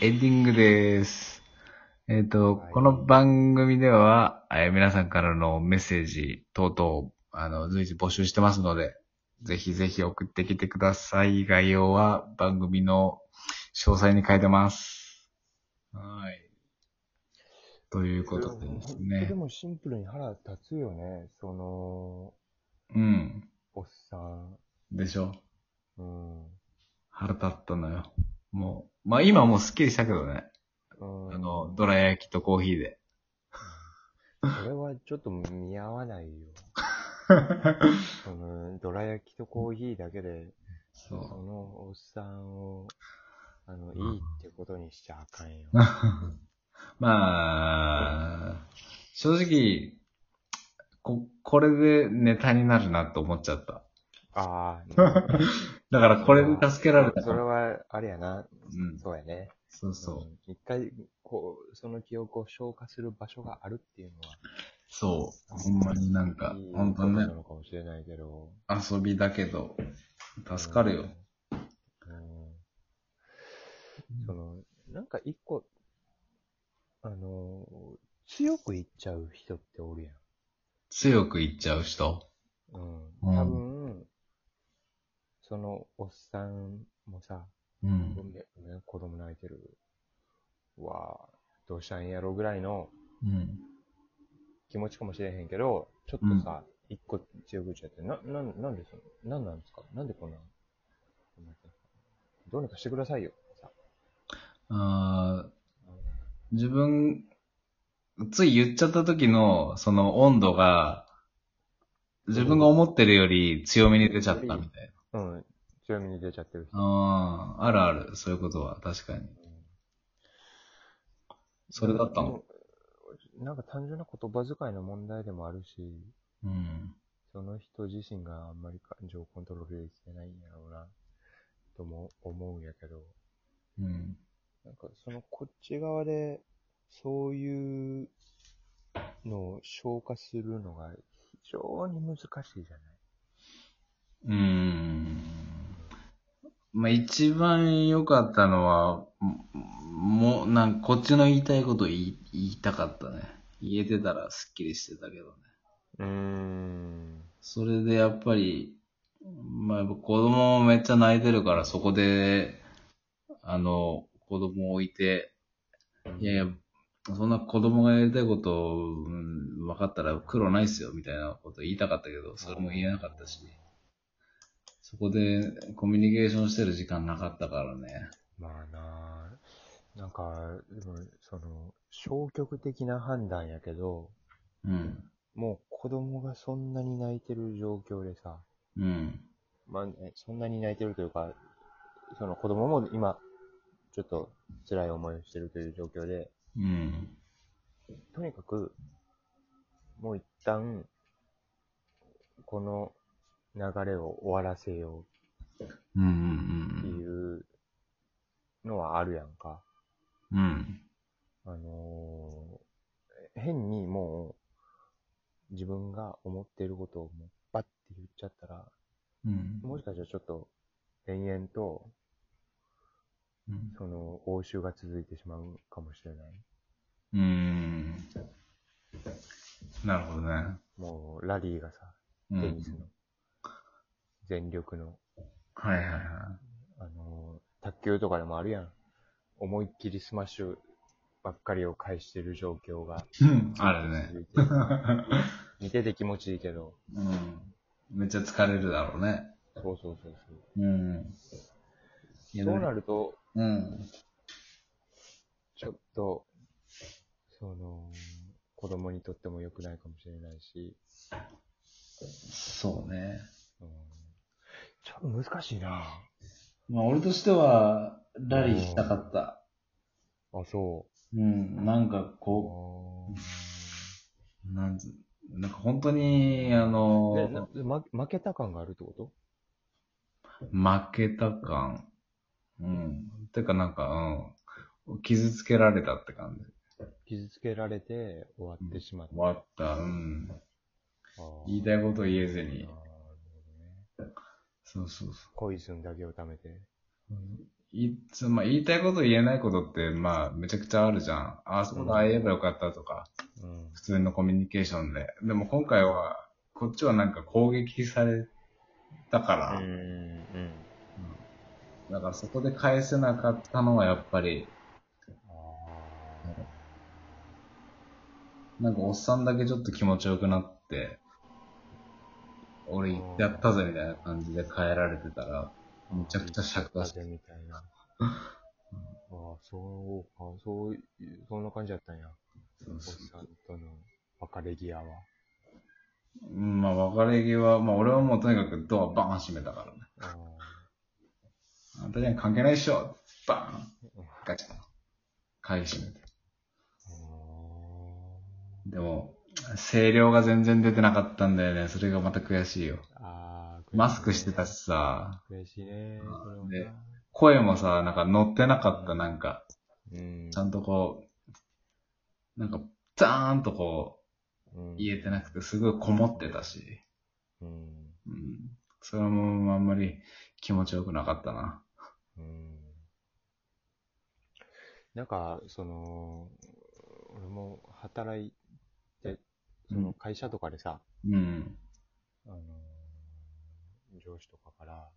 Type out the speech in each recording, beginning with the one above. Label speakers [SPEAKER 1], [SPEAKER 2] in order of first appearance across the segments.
[SPEAKER 1] エンディングです。えっ、と、
[SPEAKER 2] はい
[SPEAKER 1] この番組では、えー皆さんからのメッセージ等々、あの、随時募集してますので、ぜひぜひ送ってきてください。概要は番組の詳細に書いてます。はい。ということでです
[SPEAKER 2] いや
[SPEAKER 1] ね
[SPEAKER 2] で。もシンプルに腹立つよね。その、
[SPEAKER 1] うん。
[SPEAKER 2] おっさん。
[SPEAKER 1] でしょ。
[SPEAKER 2] うん。
[SPEAKER 1] 腹立ったのよ。もう。まあ今はもうスッキリしたけどね。
[SPEAKER 2] うん、
[SPEAKER 1] あの、どら焼きとコーヒー で。
[SPEAKER 2] それはちょっと見合わないよ。その、どら焼きとコーヒーだけで、
[SPEAKER 1] そ。
[SPEAKER 2] そうのおっさんを、あの、いいってことにしちゃあか んよ。
[SPEAKER 1] まあ、正直、こ、これでネタになるなと思っちゃった。
[SPEAKER 2] ああ、
[SPEAKER 1] だから これで助けられたか
[SPEAKER 2] それ
[SPEAKER 1] ら。
[SPEAKER 2] は、あれやな。
[SPEAKER 1] うん。
[SPEAKER 2] そうやね。
[SPEAKER 1] そうそう。
[SPEAKER 2] ん一回、こう、その記憶を消化する場所があるっていうのは、
[SPEAKER 1] そう。ほんまになんか、
[SPEAKER 2] いい
[SPEAKER 1] 本当に
[SPEAKER 2] な
[SPEAKER 1] ね、
[SPEAKER 2] のかもしれないけど。
[SPEAKER 1] 遊びだけど、助かるよ。
[SPEAKER 2] うん。その、なんか一個、あの、強く言っちゃう人っておるやん。
[SPEAKER 1] 強く言っちゃう人。
[SPEAKER 2] う
[SPEAKER 1] うん
[SPEAKER 2] ん。多分、そのおっさんもさ、
[SPEAKER 1] う
[SPEAKER 2] ご
[SPEAKER 1] ん。
[SPEAKER 2] めんごめん、子供泣いてる。わあ、どうしたんやろぐらいの
[SPEAKER 1] うん。
[SPEAKER 2] 気持ちかもしれへんけど、ちょっとさ、一個強く言っちゃって、な、な、なんでその、なんなんですかなんでこんな、こんなどうにかしてくださいよ。さ
[SPEAKER 1] あー自分、つい言っちゃった時の、その温度が、自分が思ってるより強めに出ちゃったみたいな。
[SPEAKER 2] うん、強みに出ちゃってる人。
[SPEAKER 1] ああ、あるある、そういうことは、確かに。それだったの。
[SPEAKER 2] うんなんか単純な言葉遣いの問題でもあるし、
[SPEAKER 1] うん。
[SPEAKER 2] その人自身があんまり感情をコントロールできてないんやろうな、とも思うんやけど、
[SPEAKER 1] うん。
[SPEAKER 2] なんかそのこっち側で、そういうのを消化するのが非常に難しいじゃ
[SPEAKER 1] うー
[SPEAKER 2] ない。
[SPEAKER 1] ん。まあ、一番良かったのは、ももう、なんか、こっちの言いたいこと言い言いたかったね。言えてたらスッキリしてたけどね。
[SPEAKER 2] うーん。
[SPEAKER 1] それでやっぱり、まあ、やっぱ子供もめっちゃ泣いてるから、そこで、あの、子供を置いて、いやいや、そんな子供がやりたいことを、うん分かったら苦労ないっすよ、みたいなこと言いたかったけど、それも言えなかったし。そこでコミュニケーションしてる時間なかったからね。
[SPEAKER 2] まあなあなんか、でも、その、消極的な判断やけど、
[SPEAKER 1] うん。
[SPEAKER 2] もう子供がそんなに泣いてる状況でさ、
[SPEAKER 1] うん。
[SPEAKER 2] まあ、ね、そんなに泣いてるというか、その子供も今、ちょっと辛い思いをしてるという状況で、
[SPEAKER 1] うん。
[SPEAKER 2] とにかく、もう一旦、この流れを終わらせよ
[SPEAKER 1] うん。う
[SPEAKER 2] うって
[SPEAKER 1] ん。
[SPEAKER 2] いうのはあるやんか。
[SPEAKER 1] うん。うん。
[SPEAKER 2] あのー変にもう、自分が思っていることをもうバッて言っちゃったら、
[SPEAKER 1] うん。
[SPEAKER 2] もしかしたらちょっと、延々と、
[SPEAKER 1] うん
[SPEAKER 2] その、応酬が続いてしまうかもしれない。
[SPEAKER 1] うん。なるほどね。
[SPEAKER 2] もう、ラリーがさ、
[SPEAKER 1] う
[SPEAKER 2] テ
[SPEAKER 1] ん。
[SPEAKER 2] ニスの、全力の、
[SPEAKER 1] はいはいはい。
[SPEAKER 2] あのー卓球とかでもあるやん。思いっきりスマッシュばっかりを返してる状況が、
[SPEAKER 1] うん。あるね。
[SPEAKER 2] 続いてる 見てて気持ちいいけど、
[SPEAKER 1] うん。めっちゃ疲れるだろうね。
[SPEAKER 2] そうそうそうそう。
[SPEAKER 1] うん。いや
[SPEAKER 2] そうなると、
[SPEAKER 1] うん。
[SPEAKER 2] ちょっと、その、子供にとっても良くないかもしれないし、
[SPEAKER 1] そうね。
[SPEAKER 2] うん、ちょっと難しいな
[SPEAKER 1] まあ俺としては、ラリーしたかった。
[SPEAKER 2] あ、そ
[SPEAKER 1] うん。なんか
[SPEAKER 2] う。
[SPEAKER 1] こ
[SPEAKER 2] あ
[SPEAKER 1] う、なんつ、なんか本当に、あ
[SPEAKER 2] ーえな
[SPEAKER 1] の、
[SPEAKER 2] ま、負けた感があるってこと
[SPEAKER 1] 負けた感。うん。てかなんか、うん。傷つけられたって感じ。
[SPEAKER 2] 傷つけられて終わってしまった。
[SPEAKER 1] 終わった。うん。
[SPEAKER 2] あー
[SPEAKER 1] 言いたいことを言えずに
[SPEAKER 2] なるほどね
[SPEAKER 1] そうそうそう。
[SPEAKER 2] ポイズンだけを貯めて。
[SPEAKER 1] いつ、まあ、言いたいこと言えないことって、まあ、めちゃくちゃあるじゃん。ああ、そこだ、ああ言えばよかったとか、
[SPEAKER 2] うん。
[SPEAKER 1] 普通のコミュニケーションで。でも今回は、こっちはなんか攻撃されたから、
[SPEAKER 2] うん。
[SPEAKER 1] だからそこで返せなかったのはやっぱり、
[SPEAKER 2] あ
[SPEAKER 1] なんかおっさんだけちょっと気持ちよくなって、俺やったぜみたいな感じで帰られてたら、
[SPEAKER 2] あ
[SPEAKER 1] めちゃくちゃ尺が
[SPEAKER 2] 風みたいな。ああ、そうか、そうい、そんな感じだったんや。
[SPEAKER 1] そう
[SPEAKER 2] おっ
[SPEAKER 1] そう
[SPEAKER 2] さんとの別れ際は。
[SPEAKER 1] うんまあ別れ際、まあ俺はもうとにかくドアバーン閉めたからね。
[SPEAKER 2] ああ
[SPEAKER 1] あんたには関係ないっしょバーンガチャン鍵閉めて。でも、声量が全然出てなかったんだよね。それがまた悔しいよ。
[SPEAKER 2] ああ、悔しいね
[SPEAKER 1] マスクしてたし。さ、
[SPEAKER 2] 悔しいね。それも
[SPEAKER 1] で
[SPEAKER 2] な
[SPEAKER 1] 声もさ、なんか乗ってなかった、なんか。
[SPEAKER 2] うん
[SPEAKER 1] ちゃんとこう、なんか、ザーンとこ
[SPEAKER 2] うん
[SPEAKER 1] う、言えてなくて、すごいこもってたし、
[SPEAKER 2] うん。
[SPEAKER 1] うん。それもあんまり気持ちよくなかったな。
[SPEAKER 2] うんなんか、その、俺も働いて、そ
[SPEAKER 1] うん
[SPEAKER 2] の会社とかでさ、
[SPEAKER 1] うん。
[SPEAKER 2] あの上司とかから、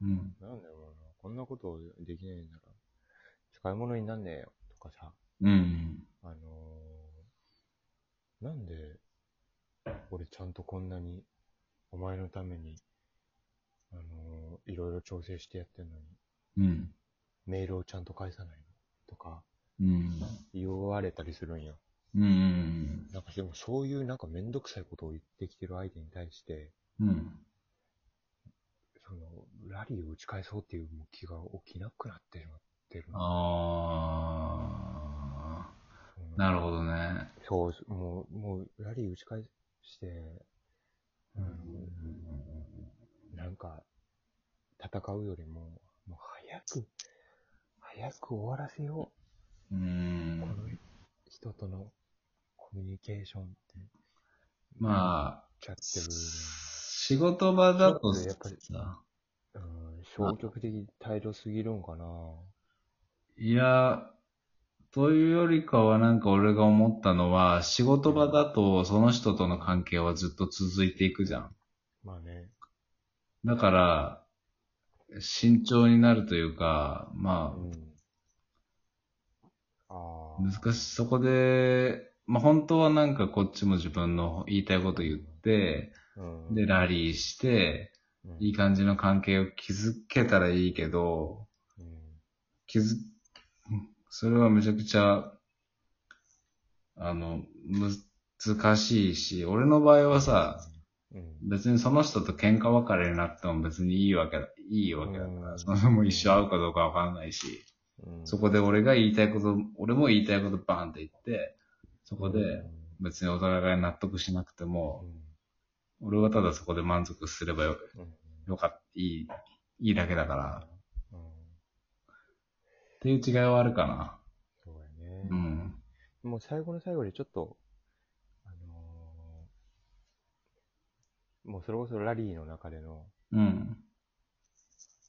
[SPEAKER 1] うん。
[SPEAKER 2] なんだろうな、こんなことできないんだら、使い物になんねえよ、とかさ、
[SPEAKER 1] うん。
[SPEAKER 2] あのなんで、俺ちゃんとこんなに、お前のために、あのいろいろ調整してやってんのに、
[SPEAKER 1] うん。
[SPEAKER 2] メールをちゃんと返さないのとか、
[SPEAKER 1] うん。
[SPEAKER 2] 言われたりするんよ。
[SPEAKER 1] うん。
[SPEAKER 2] なんかでもそういうなんかめんどくさいことを言ってきてる相手に対して、
[SPEAKER 1] うん。
[SPEAKER 2] その、ラリーを打ち返そうっていう気が起きなくなってしまってるな。
[SPEAKER 1] あー。なるほどね。
[SPEAKER 2] ど。そう、もう、もう、ラリー打ち返して、
[SPEAKER 1] う
[SPEAKER 2] うんん、なんか、戦うよりも、もう早く、早く終わらせよ
[SPEAKER 1] う
[SPEAKER 2] う。この
[SPEAKER 1] ん。
[SPEAKER 2] 人とのコミュニケーションって。あ。
[SPEAKER 1] まあ、
[SPEAKER 2] ちゃってる。
[SPEAKER 1] 仕事場だと
[SPEAKER 2] ちょっとやっぱり
[SPEAKER 1] さ、
[SPEAKER 2] うん、消極的態度すぎるんかな。
[SPEAKER 1] いや、というよりかはなんか俺が思ったのは、仕事場だとその人との関係はずっと続いていくじゃん。
[SPEAKER 2] まあね。
[SPEAKER 1] だから、慎重になるというか、ま
[SPEAKER 2] う
[SPEAKER 1] あ、
[SPEAKER 2] ん。ああ。
[SPEAKER 1] 難しい。そこで、まあ本当はなんかこっちも自分の言いたいこと言って、
[SPEAKER 2] うん。
[SPEAKER 1] で、ラリーして、
[SPEAKER 2] うん、
[SPEAKER 1] いい感じの関係を築けたらいいけど、
[SPEAKER 2] うん。
[SPEAKER 1] 気づ、それはめちゃくちゃ、あの、難しいし、俺の場合はさ、
[SPEAKER 2] うん。
[SPEAKER 1] 別にその人と喧嘩別れになっても別にいいわけだ、いいわけだか
[SPEAKER 2] う
[SPEAKER 1] ら、
[SPEAKER 2] ん
[SPEAKER 1] そのもう一生会うかどうかわかんないし、
[SPEAKER 2] うん。
[SPEAKER 1] そこで俺が言いたいこと、俺も言いたいことバーンって言って、そこで
[SPEAKER 2] う
[SPEAKER 1] 別にお互い納得しなくても、
[SPEAKER 2] ん。
[SPEAKER 1] 俺はただそこで満足すればよ、
[SPEAKER 2] うん。
[SPEAKER 1] よかった、いい、いいだけだから、
[SPEAKER 2] うん。
[SPEAKER 1] っていう違いはあるかな。
[SPEAKER 2] そうやね。
[SPEAKER 1] うん。
[SPEAKER 2] もう最後の最後でちょっと、あのーもうそれこそラリーの中での、
[SPEAKER 1] うん。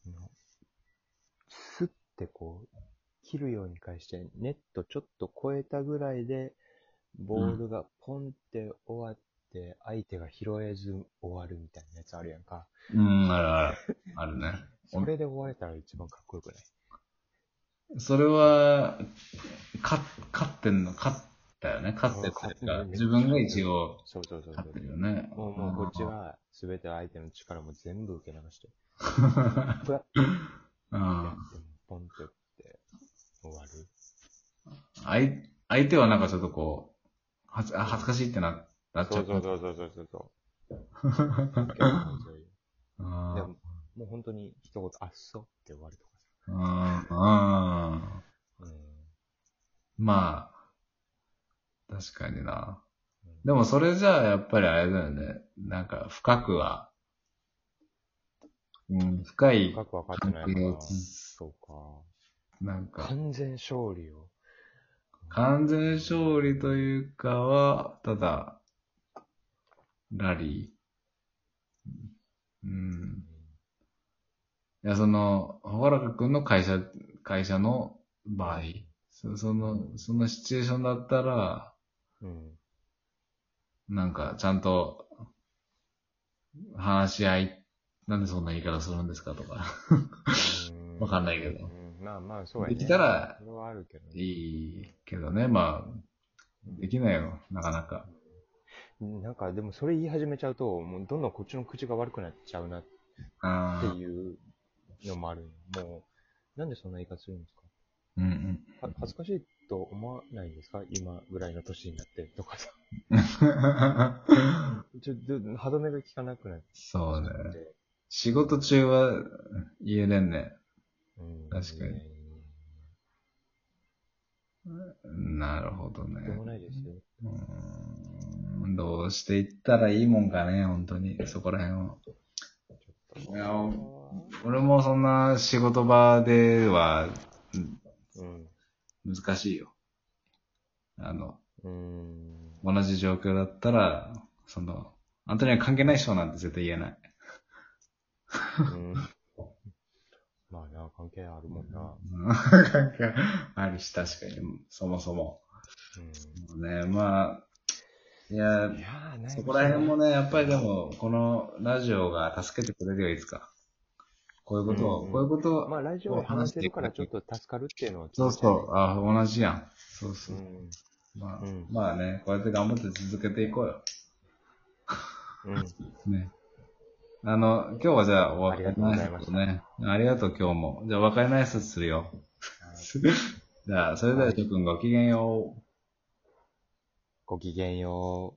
[SPEAKER 2] のスッてこう、切るように返して、ネットちょっと越えたぐらいで、ボールがポンって終わって、相手が拾えず終わるみたいなやつあるやんか。
[SPEAKER 1] うん、あるある。あるね。
[SPEAKER 2] それで終われたら一番かっこよくない
[SPEAKER 1] それは、か、勝ってんの、勝ったよね。勝ってたっていうか、
[SPEAKER 2] うん
[SPEAKER 1] 自分が一応、
[SPEAKER 2] そうそうそうそ
[SPEAKER 1] 勝ってるよ
[SPEAKER 2] う。
[SPEAKER 1] ね。
[SPEAKER 2] もう、もうこっちは、すべて相手の力も全部受け流して、ふわっ
[SPEAKER 1] う
[SPEAKER 2] てや
[SPEAKER 1] ん。
[SPEAKER 2] って、ポンって打って、終わる。
[SPEAKER 1] 相、相手はなんかちょっとこう、はず、あ、恥ずかしいってな、なっちゃ。
[SPEAKER 2] そううそうそうそうそうそう。結構そういう
[SPEAKER 1] うん。う
[SPEAKER 2] で
[SPEAKER 1] ん
[SPEAKER 2] も、もう本当に一言、あっそうって終わるとか
[SPEAKER 1] うん。
[SPEAKER 2] さ。うん。
[SPEAKER 1] まあ、確かにな。
[SPEAKER 2] うん
[SPEAKER 1] でもそれじゃあやっぱりあれだよね。なんか深くは、うん、深い
[SPEAKER 2] 深く分かってないか
[SPEAKER 1] 関係を
[SPEAKER 2] ら。
[SPEAKER 1] つ
[SPEAKER 2] そう
[SPEAKER 1] なん
[SPEAKER 2] か。
[SPEAKER 1] か、
[SPEAKER 2] 完全勝利を。
[SPEAKER 1] 完全勝利というかは、ただ、ラリー。うん。いや、その、ほらかくんの会社、会社の場合、そその、そのシチュエーションだったら、
[SPEAKER 2] うん。
[SPEAKER 1] なんか、ちゃんと、話し合い、なんでそんな言い方するんですかとか、
[SPEAKER 2] うん
[SPEAKER 1] わかんないけど
[SPEAKER 2] うんまあまあ、そうやね。
[SPEAKER 1] できたら
[SPEAKER 2] それはあるけどね
[SPEAKER 1] いいけどね、まあ、できないよ、なかなか。
[SPEAKER 2] なんか、でもそれ言い始めちゃうと、もうどんどんこっちの口が悪くなっちゃうなっ
[SPEAKER 1] あ
[SPEAKER 2] て
[SPEAKER 1] あ、
[SPEAKER 2] いうのもあるよ。もう、なんでそんな言い方するんですか
[SPEAKER 1] うんうん。
[SPEAKER 2] は恥ずかしいと思わないんですか今ぐらいの年になってとかさ。 ちょど歯止めが効かなくなっち
[SPEAKER 1] そ
[SPEAKER 2] ゃ
[SPEAKER 1] う
[SPEAKER 2] っ
[SPEAKER 1] ね
[SPEAKER 2] て。。
[SPEAKER 1] 仕事中は言えれんね。
[SPEAKER 2] うん
[SPEAKER 1] 確かに。なるほどね。
[SPEAKER 2] でもないですよ。
[SPEAKER 1] うーんどうしていったらいいもんかね、本当に、そこら辺を。いや俺もそんな仕事場ではうん
[SPEAKER 2] うん。
[SPEAKER 1] 難しいよ。あの、
[SPEAKER 2] うん。
[SPEAKER 1] 同じ状況だったら、その、あんたには関係ないっしょなんて絶対言えない。
[SPEAKER 2] うんまあな、関係あるもんな。
[SPEAKER 1] うん関係あるし、確かに、そもそも。
[SPEAKER 2] うん
[SPEAKER 1] ね、まあ、いや、
[SPEAKER 2] いやーない
[SPEAKER 1] そこら辺もね、やっぱりでも、このラジオが助けてくれるよ、いつか。こういうことを、
[SPEAKER 2] うん
[SPEAKER 1] こういうことを、
[SPEAKER 2] まあ、ラジオで話してるからちょっと助かるっていうのは、
[SPEAKER 1] そうそう、あ、同じやん。そうそうう。
[SPEAKER 2] ん。
[SPEAKER 1] まあ、
[SPEAKER 2] うん
[SPEAKER 1] まあね、こうやって頑張って続けていこうよ。
[SPEAKER 2] うん。
[SPEAKER 1] ね。あの、今日はじゃあ、お別れの
[SPEAKER 2] あ
[SPEAKER 1] 挨
[SPEAKER 2] りがとうございま
[SPEAKER 1] 拶
[SPEAKER 2] し
[SPEAKER 1] ね。ありがとう、今日も。じゃあ、お別れの挨拶するよ。じゃあ、それでは、諸君ごきげんよう。
[SPEAKER 2] ごきげんよう。